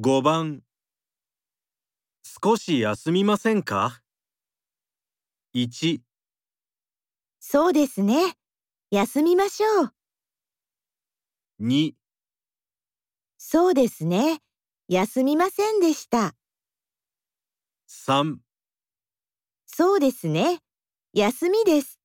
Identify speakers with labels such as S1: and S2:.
S1: 5番少し休みませんか ?1、
S2: そうですね。休みましょう。
S1: 2、
S2: そうですね。休みませんでした。
S1: 3
S2: そうですね。休みです。